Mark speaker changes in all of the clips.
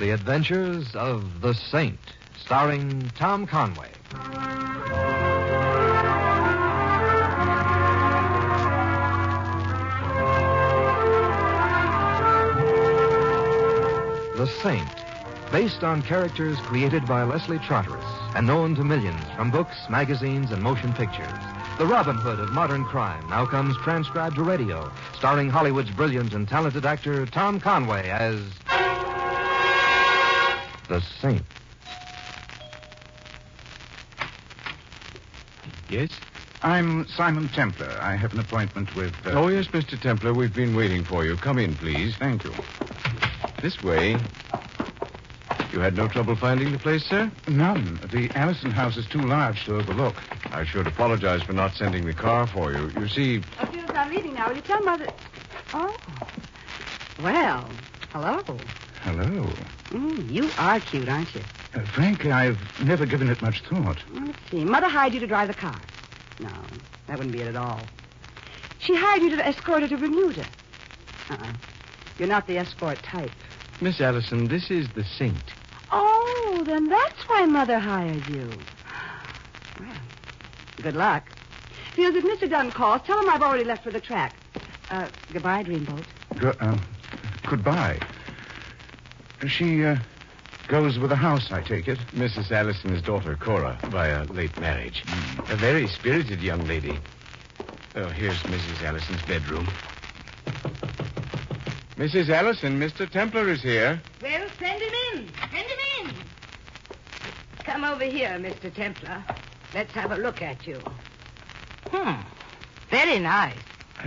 Speaker 1: Adventures of the Saint, starring Tom Conway. The Saint, based on characters created by Leslie Charteris and known to millions from books, magazines, and motion pictures. The Robin Hood of modern crime now comes transcribed to radio, starring Hollywood's brilliant and talented actor Tom Conway as The Saint.
Speaker 2: Yes?
Speaker 3: I'm Simon Templar. I have an appointment with. Uh...
Speaker 2: Oh, yes, Mr. Templar. We've been waiting for you. Come in, please.
Speaker 3: Thank you.
Speaker 2: This way. You had no trouble finding the place, sir?
Speaker 3: None. The Allison house is too large to overlook.
Speaker 2: I should apologize for not sending the car for you. You see,
Speaker 4: Oh, Felix, I'm leaving now. Will you tell Mother? Oh. Well, hello.
Speaker 3: Hello.
Speaker 4: Mm, you are cute, aren't you?
Speaker 3: Uh, frankly, I've never given it much thought.
Speaker 4: Well, Let's see. Mother hired you to drive the car. No, that wouldn't be it at all. She hired you to escort her to Bermuda. Uh-uh. You're not the escort type.
Speaker 2: Miss Allison, this is the Saint.
Speaker 4: Oh, then that's why Mother hired you. Well, good luck. Fields, if Mr. Dunn calls, tell him I've already left for the track. Uh, goodbye, Dreamboat.
Speaker 3: Go, uh, goodbye. She uh, goes with the house, I take it.
Speaker 2: Mrs. Allison's daughter, Cora, by a late marriage.
Speaker 3: Hmm.
Speaker 2: A very spirited young lady. Oh, here's Mrs. Allison's bedroom. Mrs. Allison, Mr. Templar is here.
Speaker 5: Well, send him in. Send him in. Come over here, Mr. Templar. Let's have a look at you. Hmm. Very nice.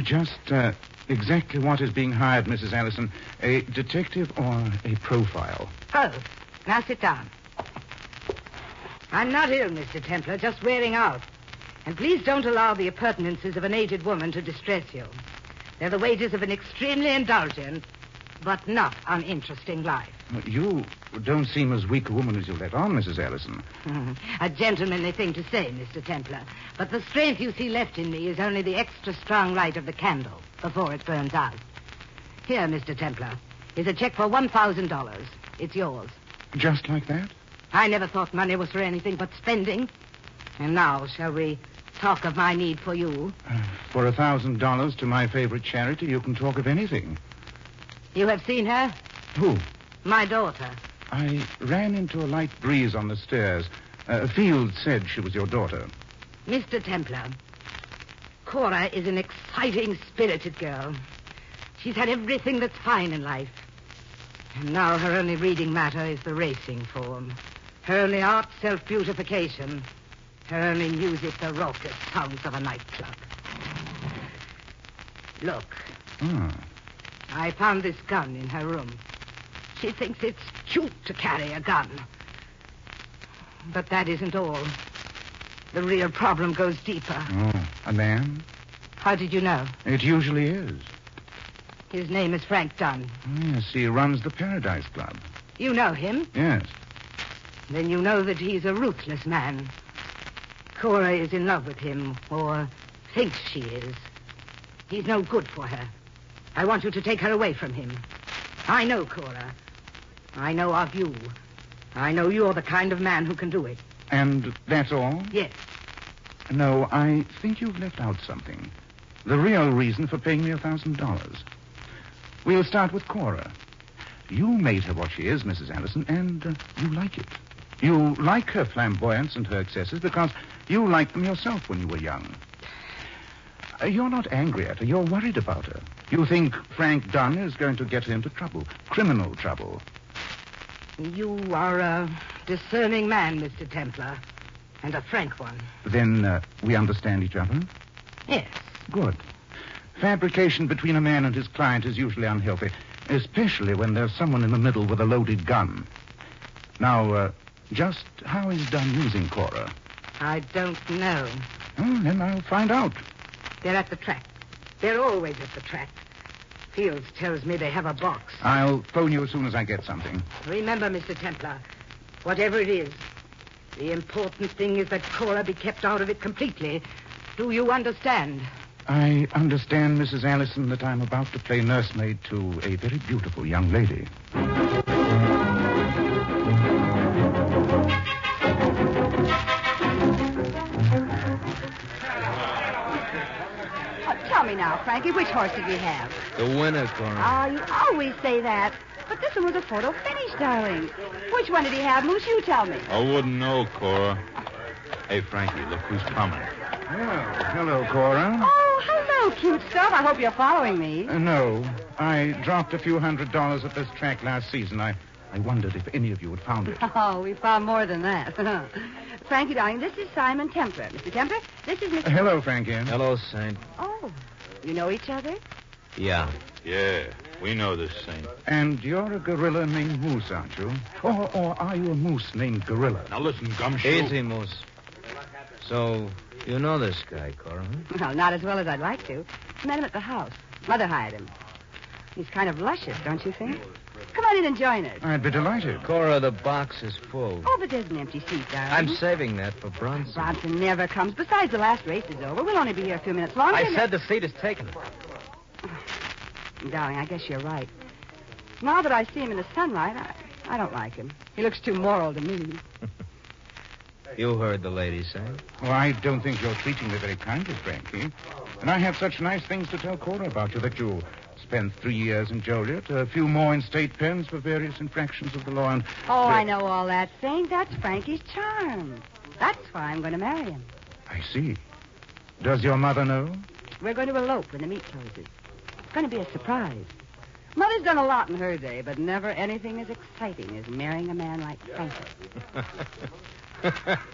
Speaker 3: Just uh, exactly what is being hired, Mrs. Allison? A detective or a profile?
Speaker 5: Oh, now sit down. I'm not ill, Mr. Templar, just wearing out. And please don't allow the appurtenances of an aged woman to distress you. They're the wages of an extremely indulgent, but not uninteresting life.
Speaker 3: You don't seem as weak a woman as you let on, Mrs. Allison.
Speaker 5: Mm-hmm. A gentlemanly thing to say, Mr. Templar. But the strength you see left in me is only the extra strong light of the candle before it burns out. Here, Mr. Templar, is a check for $1,000. It's yours.
Speaker 3: Just like that?
Speaker 5: I never thought money was for anything but spending. And now, shall we talk of my need for you?
Speaker 3: For a thousand dollars to my favorite charity, you can talk of anything.
Speaker 5: You have seen her?
Speaker 3: Who?
Speaker 5: My daughter.
Speaker 3: I ran into a light breeze on the stairs. Uh, Field said she was your daughter.
Speaker 5: Mr. Templar, Cora is an exciting, spirited girl. She's had everything that's fine in life. And now her only reading matter is the racing form. Her only art, self beautification. Her only music, the raucous sounds of a nightclub. Look,
Speaker 3: Ah,
Speaker 5: I found this gun in her room. She thinks it's cute to carry a gun. But that isn't all. The real problem goes deeper.
Speaker 3: oh, a man?
Speaker 5: How did you know?
Speaker 3: It usually is.
Speaker 5: His name is Frank Dunn.
Speaker 3: Yes, he runs the Paradise Club.
Speaker 5: You know him.
Speaker 3: Yes.
Speaker 5: Then you know that he's a ruthless man. Cora is in love with him, or thinks she is. He's no good for her. I want you to take her away from him. I know Cora. I know of you. I know you're the kind of man who can do it.
Speaker 3: And that's all?
Speaker 5: Yes.
Speaker 3: No, I think you've left out something. The real reason for paying me a thousand dollars. We'll start with Cora. You made her what she is, Mrs. Allison, and uh, you like it. You like her flamboyance and her excesses because you liked them yourself when you were young. Uh, you're not angry at her. You're worried about her. You think Frank Dunn is going to get her into trouble, criminal trouble.
Speaker 5: You are a discerning man, Mr. Templar, and a frank one.
Speaker 3: Then uh, we understand each other.
Speaker 5: Yes.
Speaker 3: Good. Fabrication between a man and his client is usually unhealthy, especially when there's someone in the middle with a loaded gun. Now, uh, just how is Dunn using Cora?
Speaker 5: I don't know.
Speaker 3: Hmm, then I'll find out.
Speaker 5: They're at the track. They're always at the track. Fields tells me they have a box.
Speaker 3: I'll phone you as soon as I get something.
Speaker 5: Remember, Mr. Templar, whatever it is, the important thing is that Cora be kept out of it completely. Do you understand?
Speaker 3: I understand, Mrs. Allison, that I'm about to play nursemaid to a very beautiful young lady.
Speaker 5: Oh, tell me now, Frankie, which horse did we have?
Speaker 1: The winner, Cora.
Speaker 5: Ah, you always say that. But this one was a photo finish, darling. Which one did he have, Moose? You tell me.
Speaker 1: I wouldn't know, Cora. Hey, Frankie, look who's coming.
Speaker 3: Well, hello, Cora.
Speaker 5: Oh, hello, cute stuff. I hope you're following me.
Speaker 3: Uh, no, I dropped a few hundred dollars at this track last season. I, I wondered if any of you had found it.
Speaker 5: Oh, we found more than that. Frankie, darling, this is Simon Templer. Mr. Templer, this is Mr.
Speaker 3: hello, Frankie.
Speaker 1: Hello, Saint.
Speaker 5: Oh, you know each other?
Speaker 1: Yeah.
Speaker 6: Yeah, we know this thing.
Speaker 3: And you're a gorilla named Moose, aren't you? Or, or are you a moose named Gorilla?
Speaker 6: Now listen, Gumshoe.
Speaker 1: Easy, Moose. So, you know this guy, Cora, huh?
Speaker 5: Well, not as well as I'd like to. Met him at the house. Mother hired him. He's kind of luscious, don't you think? Come on in and join us.
Speaker 3: I'd be delighted.
Speaker 1: Cora, the box is full.
Speaker 5: Oh, but there's an empty seat, darling.
Speaker 1: I'm saving that for Bronson.
Speaker 5: Bronson never comes. Besides, the last race is over. We'll only be here a few minutes longer.
Speaker 1: I
Speaker 5: and-
Speaker 1: said the seat is taken.
Speaker 5: Darling, I guess you're right. Now that I see him in the sunlight, I, I don't like him. He looks too moral to me.
Speaker 1: You heard the lady saying.
Speaker 3: Well, I don't think you're treating me very kindly, Frankie. And I have such nice things to tell Cora about you that you spent three years in Joliet, a few more in state pens for various infractions of the law, and
Speaker 5: Oh, I know all that thing. That's Frankie's charm. That's why I'm going to marry him.
Speaker 3: I see. Does your mother know?
Speaker 5: We're going to elope when the meet closes. It's going to be a surprise. Mother's done a lot in her day, but never anything as exciting as marrying a man like Frankie.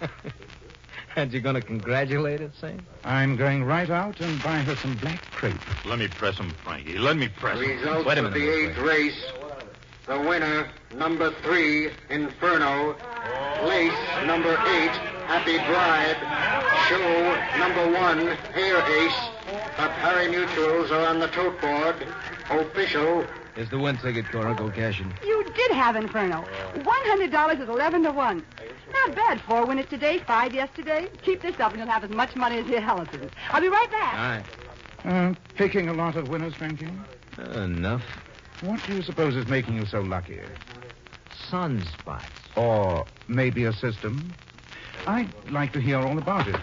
Speaker 1: and you're going to congratulate it, Saint?
Speaker 3: I'm going right out and buy her some black crepe.
Speaker 6: Let me press him, Frankie. Let me press him.
Speaker 7: Results
Speaker 1: Wait a
Speaker 7: of
Speaker 1: minute,
Speaker 7: the
Speaker 1: Miss
Speaker 7: eighth race. The winner, number three, Inferno. Lace, number eight, Happy Bride. Show, number one, Hair Ace. The pari-neutrals are on the tote board. Official,
Speaker 1: Is the win ticket, Cora. Go cash it.
Speaker 5: You did have Inferno. $100 is 11 to 1. Not bad. Four winners today, five yesterday. Keep this up and you'll have as much money as your elephant. I'll be right back.
Speaker 1: All right.
Speaker 3: Uh, picking a lot of winners, Frankie?
Speaker 1: Enough.
Speaker 3: What do you suppose is making you so lucky?
Speaker 1: Sunspots.
Speaker 3: Or maybe a system? I'd like to hear all about it.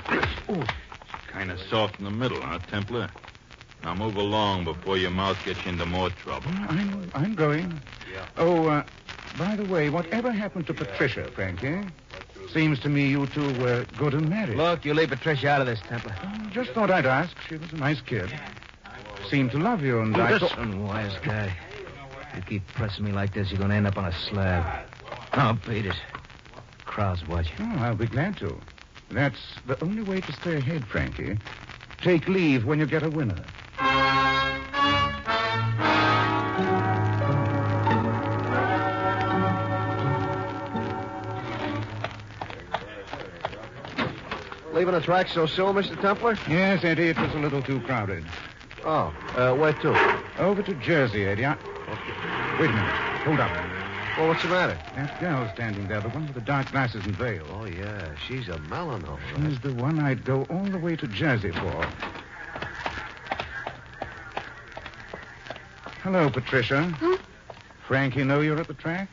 Speaker 3: Oh,
Speaker 6: Kind of soft in the middle, huh, Templar? Now move along before your mouth gets you into more trouble.
Speaker 3: I'm, I'm going. Oh, uh, by the way, whatever happened to Patricia, Frankie? Seems to me you two were good and married.
Speaker 1: Look, you leave Patricia out of this, Templar.
Speaker 3: Just thought I'd ask. She was a nice kid. Seemed to love you, and I
Speaker 1: This
Speaker 3: thought...
Speaker 1: one wise guy. You keep pressing me like this, you're going to end up on a slab. Oh, beat it. Crowd's watching.
Speaker 3: Oh, I'll be glad to. That's the only way to stay ahead, Frankie. Take leave when you get a winner.
Speaker 8: Leaving the track so soon, Mr. Templar?
Speaker 3: Yes, Eddie, it was a little too crowded.
Speaker 8: Oh, uh, where to?
Speaker 3: Over to Jersey, Eddie. I... Wait a minute. Hold up.
Speaker 8: Well, what's the matter?
Speaker 3: That girl standing there, the one with the dark glasses and veil.
Speaker 8: Oh, yeah, she's a melon, all
Speaker 3: She's the one I'd go all the way to Jersey for. Hello, Patricia.
Speaker 9: Huh?
Speaker 3: Frankie know you're at the track?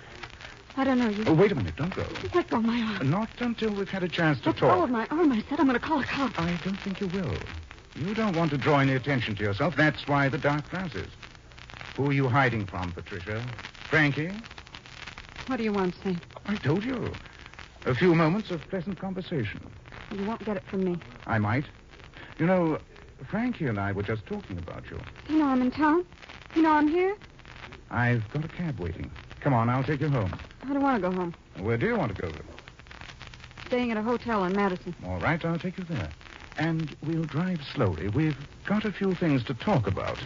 Speaker 9: I don't know. You
Speaker 3: Oh, wait a minute. Don't go.
Speaker 9: let go of my arm.
Speaker 3: Not until we've had a chance to
Speaker 9: Let go
Speaker 3: talk.
Speaker 9: of my arm. I said I'm going to call a cop.
Speaker 3: I don't think you will. You don't want to draw any attention to yourself. That's why the dark glasses. Who are you hiding from, Patricia? Frankie?
Speaker 9: What do you want, Saint?
Speaker 3: I told you. A few moments of pleasant conversation.
Speaker 9: You won't get it from me.
Speaker 3: I might. You know, Frankie and I were just talking about you.
Speaker 9: You know I'm in town. You know I'm here.
Speaker 3: I've got a cab waiting. Come on, I'll take you home.
Speaker 9: I don't want to go home.
Speaker 3: Where do you want to go? then?
Speaker 9: Staying at a hotel in Madison.
Speaker 3: All right, I'll take you there. And we'll drive slowly. We've got a few things to talk about.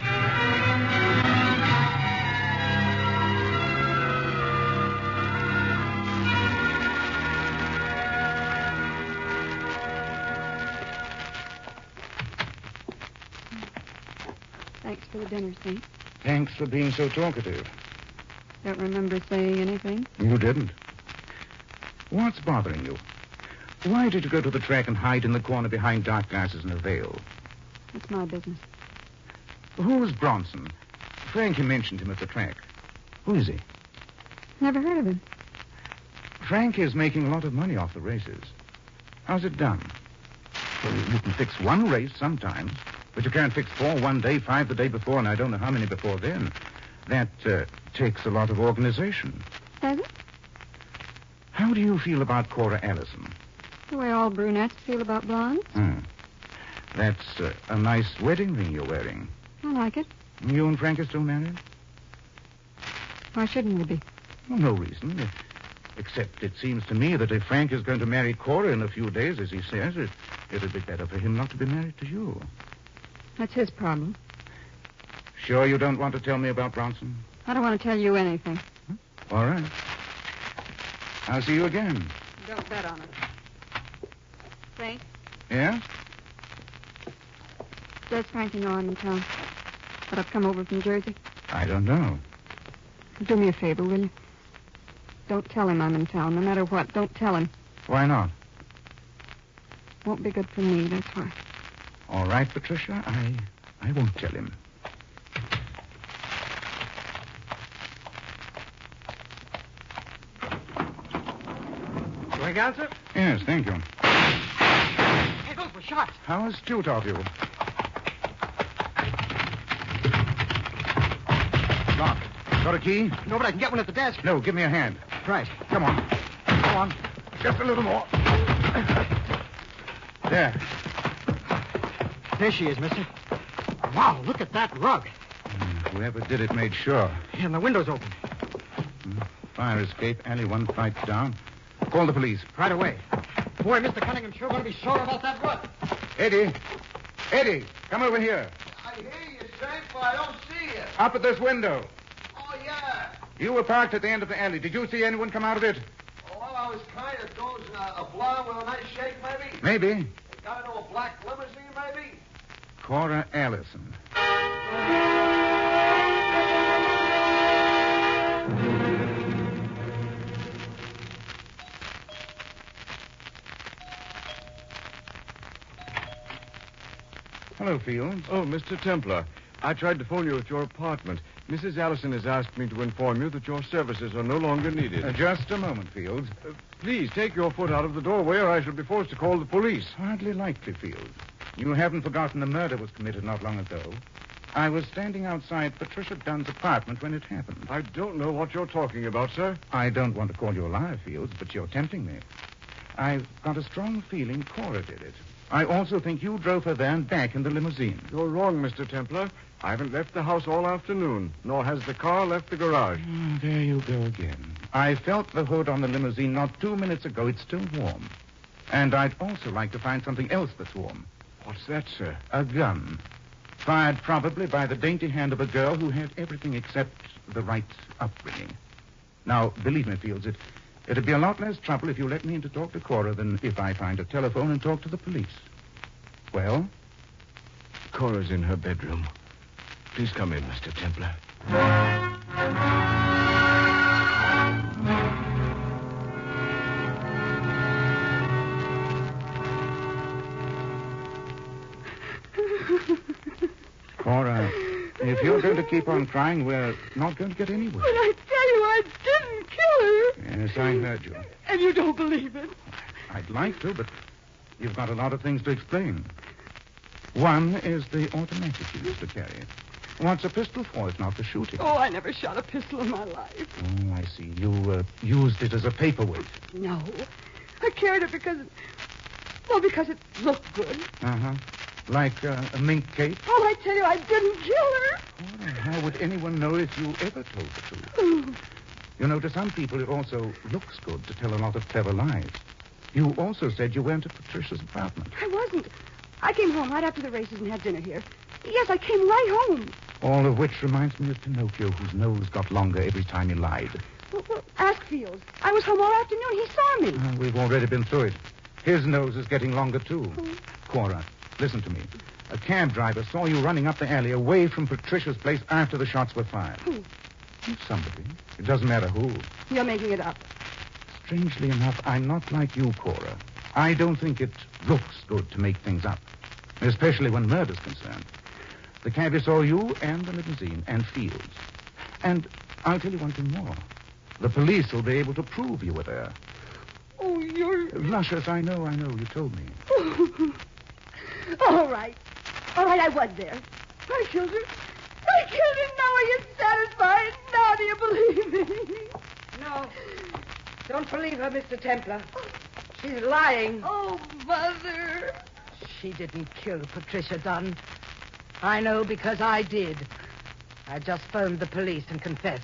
Speaker 9: Thanks for the dinner, Saint.
Speaker 3: Thanks for being so talkative.
Speaker 9: Don't remember saying anything.
Speaker 3: You didn't. What's bothering you? Why did you go to the track and hide in the corner behind dark glasses and a veil?
Speaker 9: That's my business.
Speaker 3: Who's Bronson? Frankie mentioned him at the track. Who is he?
Speaker 9: Never heard of him.
Speaker 3: Frank is making a lot of money off the races. How's it done? Well, you can fix one race sometimes, But you can't fix four one day, five the day before, and I don't know how many before then. That uh, takes a lot of organization.
Speaker 9: Does it?
Speaker 3: How do you feel about Cora Allison?
Speaker 9: The way all brunettes feel about blondes?
Speaker 3: Hmm. That's uh, a nice wedding ring you're wearing.
Speaker 9: I like it.
Speaker 3: You and Frank are still married?
Speaker 9: Why shouldn't we be?
Speaker 3: Well, no reason. uh, Except it seems to me that if Frank is going to marry Cora in a few days, as he says, it, it'd be better for him not to be married to you.
Speaker 9: That's his problem.
Speaker 3: Sure you don't want to tell me about Bronson?
Speaker 9: I don't want to tell you anything.
Speaker 3: All right. I'll see you again.
Speaker 9: Don't bet on it. Frank,
Speaker 3: Yes?
Speaker 9: does Frankie know I'm in town? But I've come over from Jersey.
Speaker 3: I don't know.
Speaker 9: Do me a favor, will you? Don't tell him I'm in town, no matter what. Don't tell him.
Speaker 3: Why not?
Speaker 9: Won't be good for me, that's why.
Speaker 3: All right, Patricia. I I won't tell him.
Speaker 10: Going out, sir?
Speaker 3: Yes, thank you.
Speaker 10: Those were shot.
Speaker 3: How astute of you. Lock. Got a key?
Speaker 10: No, but I can get one at the desk.
Speaker 3: No, give me a hand.
Speaker 10: Right.
Speaker 3: Come on. Come on. Just a little more. There.
Speaker 10: There she is, mister. Wow, look at that rug.
Speaker 3: Hmm, Whoever did it made sure.
Speaker 10: And the window's open.
Speaker 3: Fire escape, alley one flight down. Call the police.
Speaker 10: Right away. Boy, Mr. Cunningham's sure going to be sore about that rug.
Speaker 3: Eddie. Eddie, come over here.
Speaker 7: I hear you, Sheriff, but I don't see you.
Speaker 3: Up at this window.
Speaker 7: Oh, yeah.
Speaker 3: You were parked at the end of the alley. Did you see anyone come out of it?
Speaker 7: Well, I was kind of dozing. A, a blonde with a nice shake, maybe?
Speaker 3: Maybe.
Speaker 7: Got into a black limousine, maybe?
Speaker 3: Cora Allison. Hello, Fields.
Speaker 1: Oh, Mr. Templar, I tried to phone you at your apartment. Mrs. Allison has asked me to inform you that your services are no longer needed. Uh,
Speaker 3: Uh, just a moment, Fields.
Speaker 1: Please take your foot out of the doorway, or I shall be forced to call the police.
Speaker 3: Hardly likely, Fields. You haven't forgotten the murder was committed not long ago. I was standing outside Patricia Dunn's apartment when it happened.
Speaker 1: I don't know what you're talking about, sir.
Speaker 3: I don't want to call you a liar, Fields, but you're tempting me. I've got a strong feeling Cora did it. I also think you drove her there and back in the limousine.
Speaker 1: You're wrong, Mr. Templar. I haven't left the house all afternoon, nor has the car left the garage.
Speaker 3: Ah, there you go again. I felt the hood on the limousine not two minutes ago. It's still warm. And I'd also like to find something else that's warm.
Speaker 1: What's that, sir?
Speaker 3: A gun. Fired probably by the dainty hand of a girl who had everything except the right upbringing. Now, believe me, Fields, it, it'd be a lot less trouble if you let me in to talk to Cora than if I find a telephone and talk to the police. Well?
Speaker 1: Cora's in her bedroom. Please come in, Mr. Templar.
Speaker 3: Cora, if you're going to keep on crying, we're not going to get anywhere.
Speaker 5: But I tell you, I didn't kill her.
Speaker 3: Yes, I heard you.
Speaker 5: And you don't believe it.
Speaker 3: I'd like to, but you've got a lot of things to explain. One is the automatic you used to carry. What's a pistol for if not for shooting?
Speaker 5: Oh, I never shot a pistol in my life.
Speaker 3: Oh, I see. You uh, used it as a paperweight.
Speaker 5: No. I carried it because, well, because it looked good.
Speaker 3: Uh huh. Like uh, a mink cape.
Speaker 5: Oh, I tell you, I didn't kill
Speaker 3: Cora, how would anyone know if you ever told the truth?
Speaker 5: her.
Speaker 3: You know, to some people, it also looks good to tell a lot of clever lies. You also said you went to Patricia's apartment.
Speaker 5: I wasn't. I came home right after the races and had dinner here. Yes, I came right home.
Speaker 3: All of which reminds me of Pinocchio, whose nose got longer every time he lied.
Speaker 5: Well, well, ask Fields. I was home all afternoon. He saw me.
Speaker 3: Uh, we've already been through it. His nose is getting longer, too. Cora, listen to me. A cab driver saw you running up the alley away from Patricia's place after the shots were fired.
Speaker 5: Who?
Speaker 3: Somebody. It doesn't matter who.
Speaker 5: You're making it up.
Speaker 3: Strangely enough, I'm not like you, Cora. I don't think it looks good to make things up, especially when murder's concerned. The cabbie saw you and the limousine and Fields. And I'll tell you one thing more. The police will be able to prove you were there.
Speaker 5: Oh, you're.
Speaker 3: Luscious, I know, I know. You told me.
Speaker 5: all right. All right, I was there. I killed him. I killed him. Now are you satisfied? Now do you believe me?
Speaker 10: No. Don't believe her, Mr. Templar. She's lying.
Speaker 5: Oh, Mother.
Speaker 10: She didn't kill Patricia Dunn. I know because I did. I just phoned the police and confessed.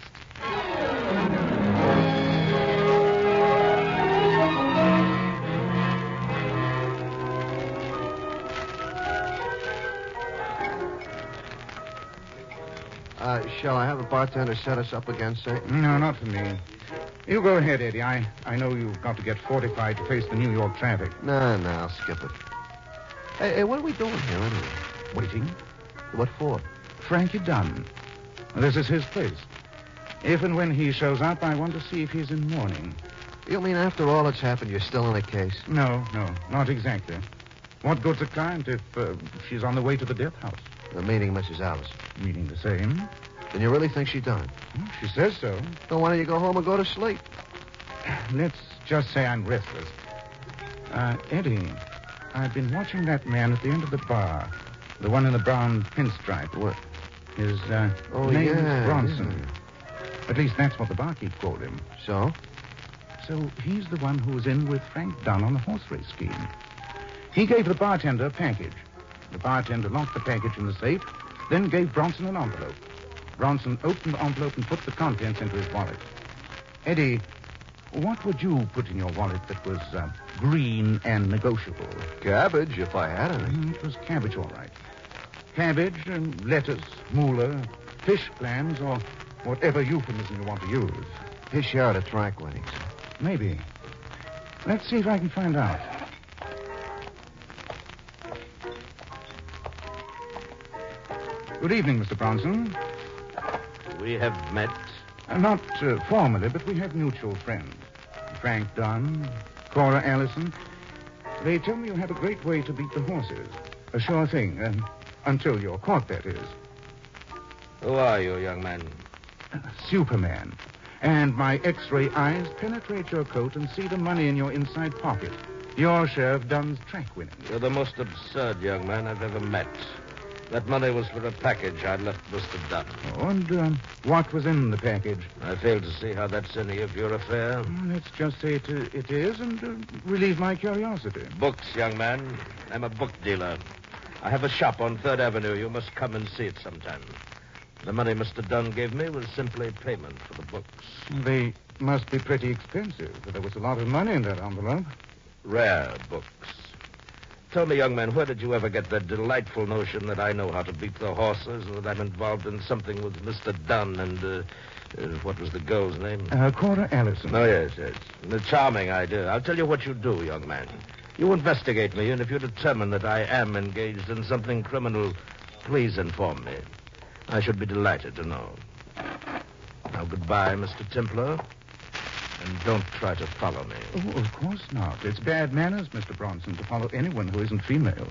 Speaker 11: Uh, shall I have a bartender set us up against Satan?
Speaker 3: No, not for me. You go ahead, Eddie. I, I know you've got to get fortified to face the New York traffic.
Speaker 11: No, no, skip it. Hey, hey, what are we doing here anyway?
Speaker 3: Waiting?
Speaker 11: What for?
Speaker 3: Frankie Dunn. This is his place. If and when he shows up, I want to see if he's in mourning.
Speaker 11: You mean after all that's happened, you're still in a case?
Speaker 3: No, no, not exactly. What good's a client if uh, she's on the way to the death house?
Speaker 11: The meeting, Mrs. Alice.
Speaker 3: Meaning the same.
Speaker 11: Then you really think she done?
Speaker 3: Well, She says so.
Speaker 11: Then why don't you go home and go to sleep?
Speaker 3: Let's just say I'm restless. Uh, Eddie, I've been watching that man at the end of the bar. The one in the brown pinstripe.
Speaker 11: What?
Speaker 3: His uh,
Speaker 11: Oh,
Speaker 3: name's
Speaker 11: yeah,
Speaker 3: Bronson. At least that's what the barkeep called him.
Speaker 11: So?
Speaker 3: So he's the one who was in with Frank Dunn on the horse race scheme. He gave the bartender a package. The bartender locked the package in the safe, then gave Bronson an envelope. Bronson opened the envelope and put the contents into his wallet. Eddie, what would you put in your wallet that was uh, green and negotiable?
Speaker 11: Cabbage, if I had any.
Speaker 3: Mm, it was cabbage, all right. Cabbage and lettuce, moolah, fish clams, or whatever euphemism you want to use.
Speaker 11: Fish out of tranquility.
Speaker 3: Maybe. Let's see if I can find out. Good evening, Mr. Bronson.
Speaker 1: We have met.
Speaker 3: Uh, not uh, formally, but we have mutual friends. Frank Dunn, Cora Allison. They tell me you have a great way to beat the horses. A sure thing, um, until you're caught, that is.
Speaker 1: Who are you, young man?
Speaker 3: Superman. And my x ray eyes penetrate your coat and see the money in your inside pocket. Your share of Dunn's track winnings.
Speaker 1: You're the most absurd young man I've ever met. That money was for a package I left Mr. Dunn.
Speaker 3: Oh, and um, what was in the package?
Speaker 1: I fail to see how that's any of your affair.
Speaker 3: Mm, Let's just say it, uh, it is and uh, relieve my curiosity.
Speaker 1: Books, young man. I'm a book dealer. I have a shop on Third Avenue. You must come and see it sometime. The money Mr. Dunn gave me was simply payment for the books.
Speaker 3: They must be pretty expensive, but there was a lot of money in that envelope.
Speaker 1: Rare books. Tell me, young man, where did you ever get that delightful notion that I know how to beat the horses and that I'm involved in something with Mr. Dunn and, uh, uh, what was the girl's name?
Speaker 3: Uh, Cora Allison.
Speaker 1: Oh, yes, yes. A charming idea. I'll tell you what you do, young man. You investigate me, and if you determine that I am engaged in something criminal, please inform me. I should be delighted to know. Now, goodbye, Mr. Templar, and don't try to follow me.
Speaker 3: Oh, of course not. It's bad manners, Mr. Bronson, to follow anyone who isn't female.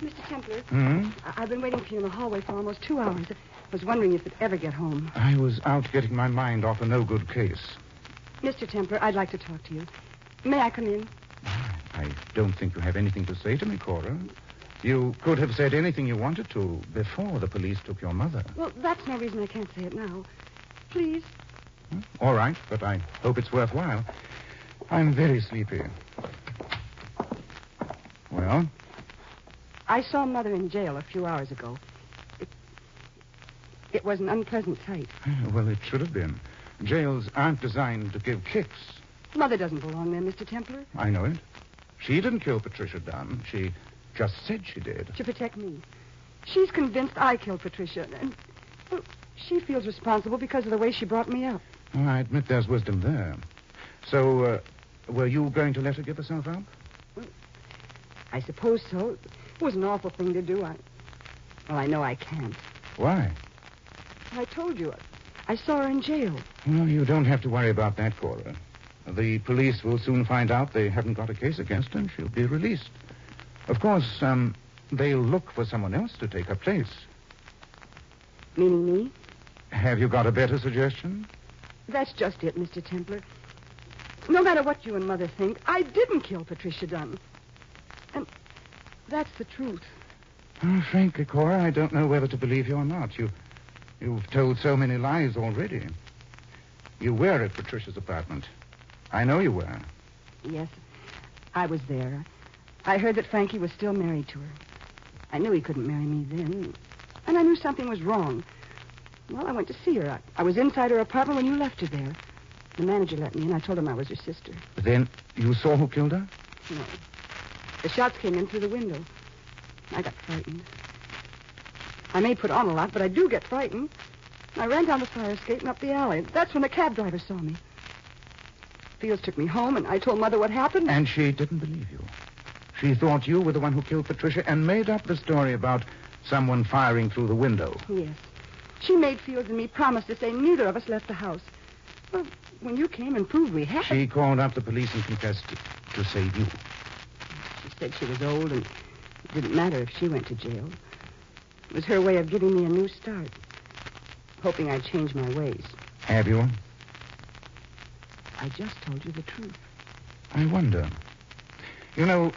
Speaker 5: Mr. Templar,
Speaker 3: Hmm?
Speaker 5: I- I've been waiting for you in the hallway for almost two hours. I was wondering if you'd ever get home.
Speaker 3: I was out getting my mind off a no-good case.
Speaker 5: Mr. Templar, I'd like to talk to you. May I come in?
Speaker 3: I don't think you have anything to say to me, Cora. You could have said anything you wanted to before the police took your mother.
Speaker 5: Well, that's no reason I can't say it now. Please.
Speaker 3: Hmm? All right, but I hope it's worthwhile. I'm very sleepy. Well,
Speaker 5: I saw Mother in jail a few hours ago. It, it was an unpleasant sight.
Speaker 3: well, it should have been. Jails aren't designed to give kicks.
Speaker 5: Mother doesn't belong there, Mr. Templar,
Speaker 3: I know it. She didn't kill Patricia Dunn. She just said she did.
Speaker 5: to protect me. She's convinced I killed Patricia, and well, she feels responsible because of the way she brought me up.
Speaker 3: Well, I admit there's wisdom there. So, uh, were you going to let her give herself up?
Speaker 5: I suppose so. It was an awful thing to do. I, well, I know I can't.
Speaker 3: Why?
Speaker 5: I told you, I saw her in jail.
Speaker 3: Well, you don't have to worry about that, Cora. The police will soon find out they haven't got a case against her, and she'll be released. Of course, um, they'll look for someone else to take her place.
Speaker 5: Meaning me?
Speaker 3: Have you got a better suggestion?
Speaker 5: That's just it, Mr. Templar. No matter what you and Mother think, I didn't kill Patricia Dunn. And that's the truth.
Speaker 3: Uh, frankly, Cora, I don't know whether to believe you or not. You, you've told so many lies already. You were at Patricia's apartment. I know you were.
Speaker 5: Yes, I was there. I heard that Frankie was still married to her. I knew he couldn't marry me then, and I knew something was wrong. Well, I went to see her. I, I was inside her apartment when you left her there. The manager let me in. I told him I was her sister.
Speaker 3: Then you saw who killed her?
Speaker 5: No. The shots came in through the window. I got frightened. I may put on a lot, but I do get frightened. I ran down the fire escape and up the alley. That's when the cab driver saw me. Fields took me home, and I told Mother what happened.
Speaker 3: And she didn't believe you. She thought you were the one who killed Patricia and made up the story about someone firing through the window.
Speaker 5: Oh, Yes. She made Fields and me promise to say neither of us left the house. Well, when you came and proved we had.
Speaker 3: She called up the police and confessed to, to save you.
Speaker 5: She said she was old and it didn't matter if she went to jail. It was her way of giving me a new start, hoping I'd change my ways.
Speaker 3: Have you?
Speaker 5: I just told you the truth.
Speaker 3: I wonder. You know,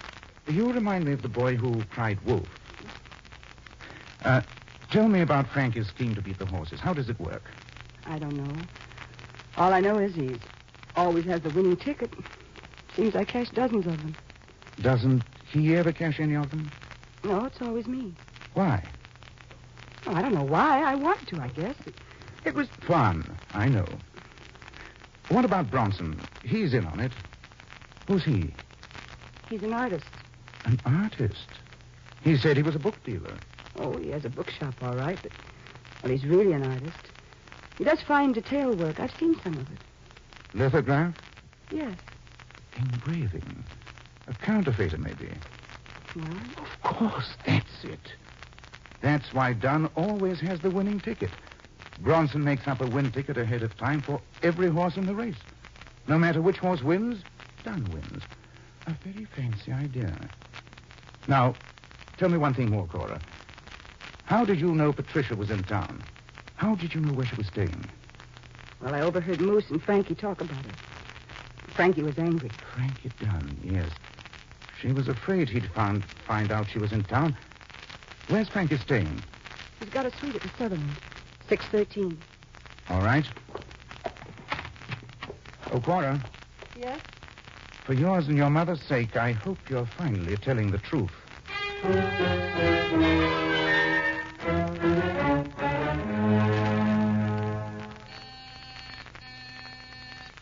Speaker 3: you remind me of the boy who cried wolf. Uh, tell me about Frankie's scheme to beat the horses. How does it work?
Speaker 5: I don't know. All I know is he's always has the winning ticket. Seems I cashed dozens of them.
Speaker 3: Doesn't he ever cash any of them?
Speaker 5: No, it's always me.
Speaker 3: Why?
Speaker 5: Oh, I don't know why. I wanted to, I guess. It, it was.
Speaker 3: Fun, I know. What about Bronson? He's in on it. Who's he?
Speaker 5: He's an artist.
Speaker 3: An artist. He said he was a book dealer.
Speaker 5: Oh, he has a bookshop, all right, but. Well, he's really an artist. He does fine detail work. I've seen some of it.
Speaker 3: Lithograph?
Speaker 5: Yes.
Speaker 3: Engraving. A counterfeiter, maybe.
Speaker 5: Well,
Speaker 3: Of course, that's it. That's why Dunn always has the winning ticket. Bronson makes up a win ticket ahead of time for every horse in the race. No matter which horse wins, Dunn wins. A very fancy idea. Now, tell me one thing more, Cora. How did you know Patricia was in town? How did you know where she was staying?
Speaker 5: well, I overheard Moose and Frankie talk about it. Frankie was angry.
Speaker 3: Frankie Dunn, yes. She was afraid he'd found, find out she was in town. Where's Frankie staying?
Speaker 5: He's got a suite at the Sutherland. 613.
Speaker 3: All right. Oh, Cora,
Speaker 5: Yes?
Speaker 3: for yours and your mother's sake, I hope you're finally telling the truth.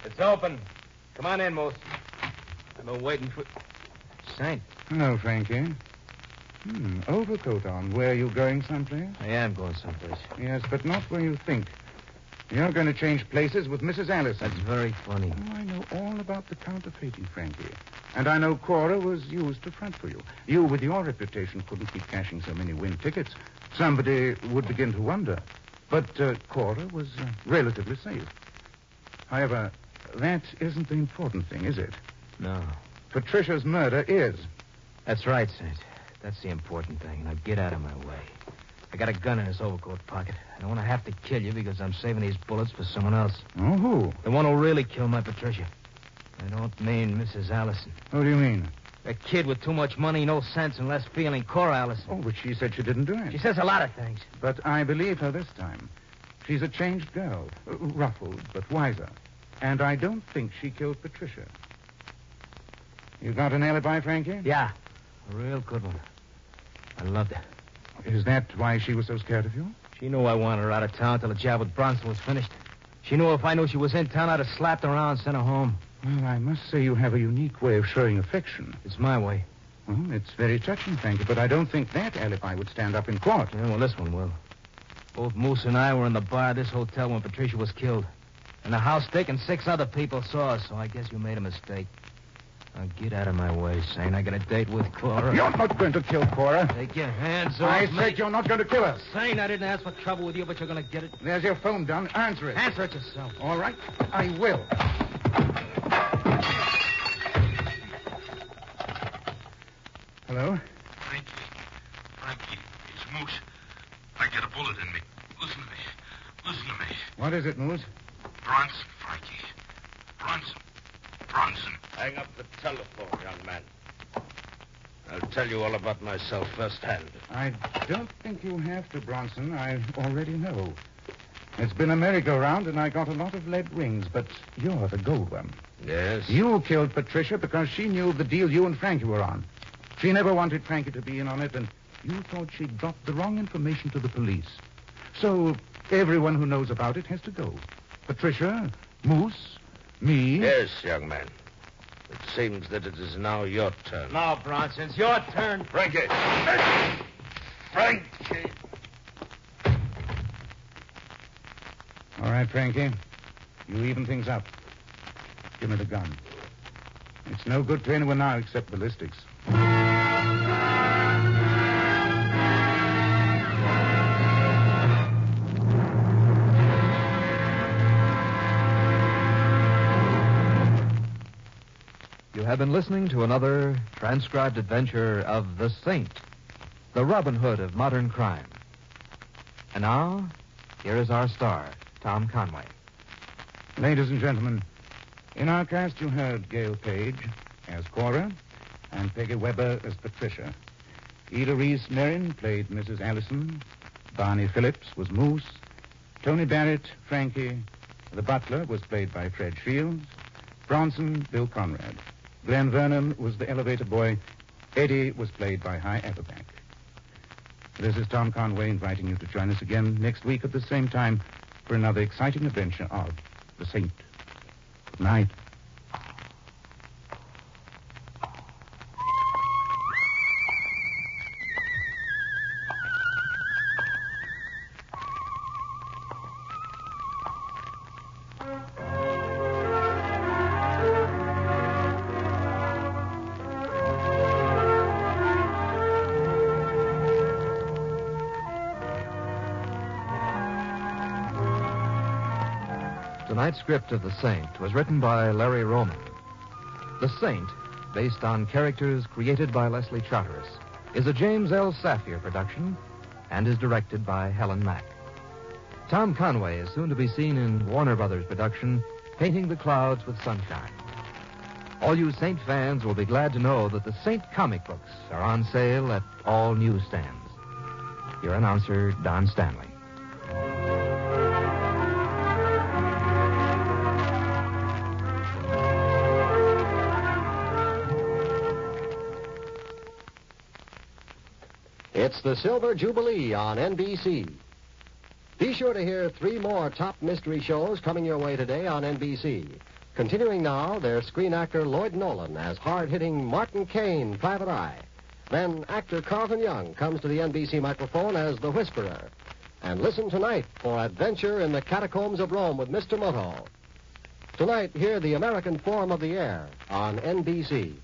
Speaker 1: It's open. Come on in, Moose. I've been waiting for. Saint,
Speaker 3: Hello, Frankie. Hmm, overcoat on. Where are you going someplace?
Speaker 1: I am going someplace.
Speaker 3: Yes, but not where you think. You're going to change places with Mrs. Allison.
Speaker 1: That's very funny.
Speaker 3: Oh, I know all about the counterfeiting, Frankie. And I know Cora was used to front for you. You, with your reputation, couldn't keep cashing so many win tickets. Somebody would begin to wonder. But uh, Cora was uh, relatively safe. However, that isn't the important thing, is it?
Speaker 1: No.
Speaker 3: Patricia's murder is.
Speaker 1: That's right, Saint. That's the important thing. Now get out of my way. I got a gun in his overcoat pocket. I don't want to have to kill you because I'm saving these bullets for someone else.
Speaker 3: Oh, who?
Speaker 1: The one who'll really kill my Patricia. I don't mean Mrs. Allison.
Speaker 3: Who do you mean?
Speaker 1: A kid with too much money, no sense, and less feeling. Cora Allison.
Speaker 3: Oh, but she said she didn't do it.
Speaker 1: She says a lot of things.
Speaker 3: But I believe her this time. She's a changed girl, uh, ruffled but wiser. And I don't think she killed Patricia. You got an alibi, Frankie?
Speaker 1: Yeah. A real good one. I loved her.
Speaker 3: Is that why she was so scared of you?
Speaker 1: She knew I wanted her out of town till the job with Bronson was finished. She knew if I knew she was in town, I'd have slapped her around and sent her home.
Speaker 3: Well, I must say you have a unique way of showing affection.
Speaker 1: It's my way.
Speaker 3: Well, it's very touching, Frankie, but I don't think that alibi would stand up in court.
Speaker 1: Yeah, well, this one will. Both Moose and I were in the bar at this hotel when Patricia was killed. And the house dick and six other people saw us, so I guess you made a mistake. Now get out of my way, Saint. I got a date with Cora.
Speaker 3: You're not going to kill Cora.
Speaker 1: Take your hands off
Speaker 3: I
Speaker 1: me.
Speaker 3: said you're not going to kill us.
Speaker 1: Saint, I didn't ask for trouble with you, but you're gonna get it.
Speaker 3: There's your phone, Dunn. Answer it.
Speaker 1: Answer it yourself.
Speaker 3: All right, I will. Hello? What is it, Moose?
Speaker 12: Bronson, Frankie. Bronson. Bronson.
Speaker 7: Hang up the telephone, young man. I'll tell you all about myself firsthand.
Speaker 3: I don't think you have to, Bronson. I already know. It's been a merry-go-round, and I got a lot of lead rings, but you're the gold one.
Speaker 7: Yes?
Speaker 3: You killed Patricia because she knew of the deal you and Frankie were on. She never wanted Frankie to be in on it, and you thought she dropped the wrong information to the police. So everyone who knows about it has to go. Patricia, Moose, me.
Speaker 7: Yes, young man. It seems that it is now your turn.
Speaker 13: Now, Bronson, Oh, it's your turn.
Speaker 7: Frankie! Frankie!
Speaker 3: All right, Frankie. You even things up. Give me the gun. It's no good to anyone now except ballistics.
Speaker 1: You have been listening to another transcribed adventure of The Saint, the Robin Hood of modern crime. And now, here is our star, Tom Conway.
Speaker 3: Ladies and gentlemen, in our cast you heard Gail Page as Cora and Peggy Weber as Patricia. Ida Reese Merrin played Mrs. Allison. Barney Phillips was Moose. Tony Barrett, Frankie. The butler was played by Fred Shields. Bronson, Bill Conrad. Glenn Vernon was the elevator boy. Eddie was played by High Everback. This is Tom Conway inviting you to join us again next week at the same time for another exciting adventure of The Saint. Good night.
Speaker 1: Tonight's script of The Saint was written by Larry Roman. The Saint, based on characters created by Leslie Charteris, is a James L. Saphir production and is directed by Helen Mack. Tom Conway is soon to be seen in Warner Brothers production, Painting the Clouds with Sunshine. All you Saint fans will be glad to know that the Saint comic books are on sale at all newsstands. Your announcer, Don Stanley.
Speaker 14: It's the Silver Jubilee on NBC. Be sure to hear three more top mystery shows coming your way today on NBC. Continuing now, there's screen actor Lloyd Nolan as hard-hitting Martin Kane, Private Eye. Then actor Carlton Young comes to the NBC microphone as The Whisperer. And listen tonight for Adventure in the Catacombs of Rome with Mr. Moto. Tonight, hear the American form of the air on NBC.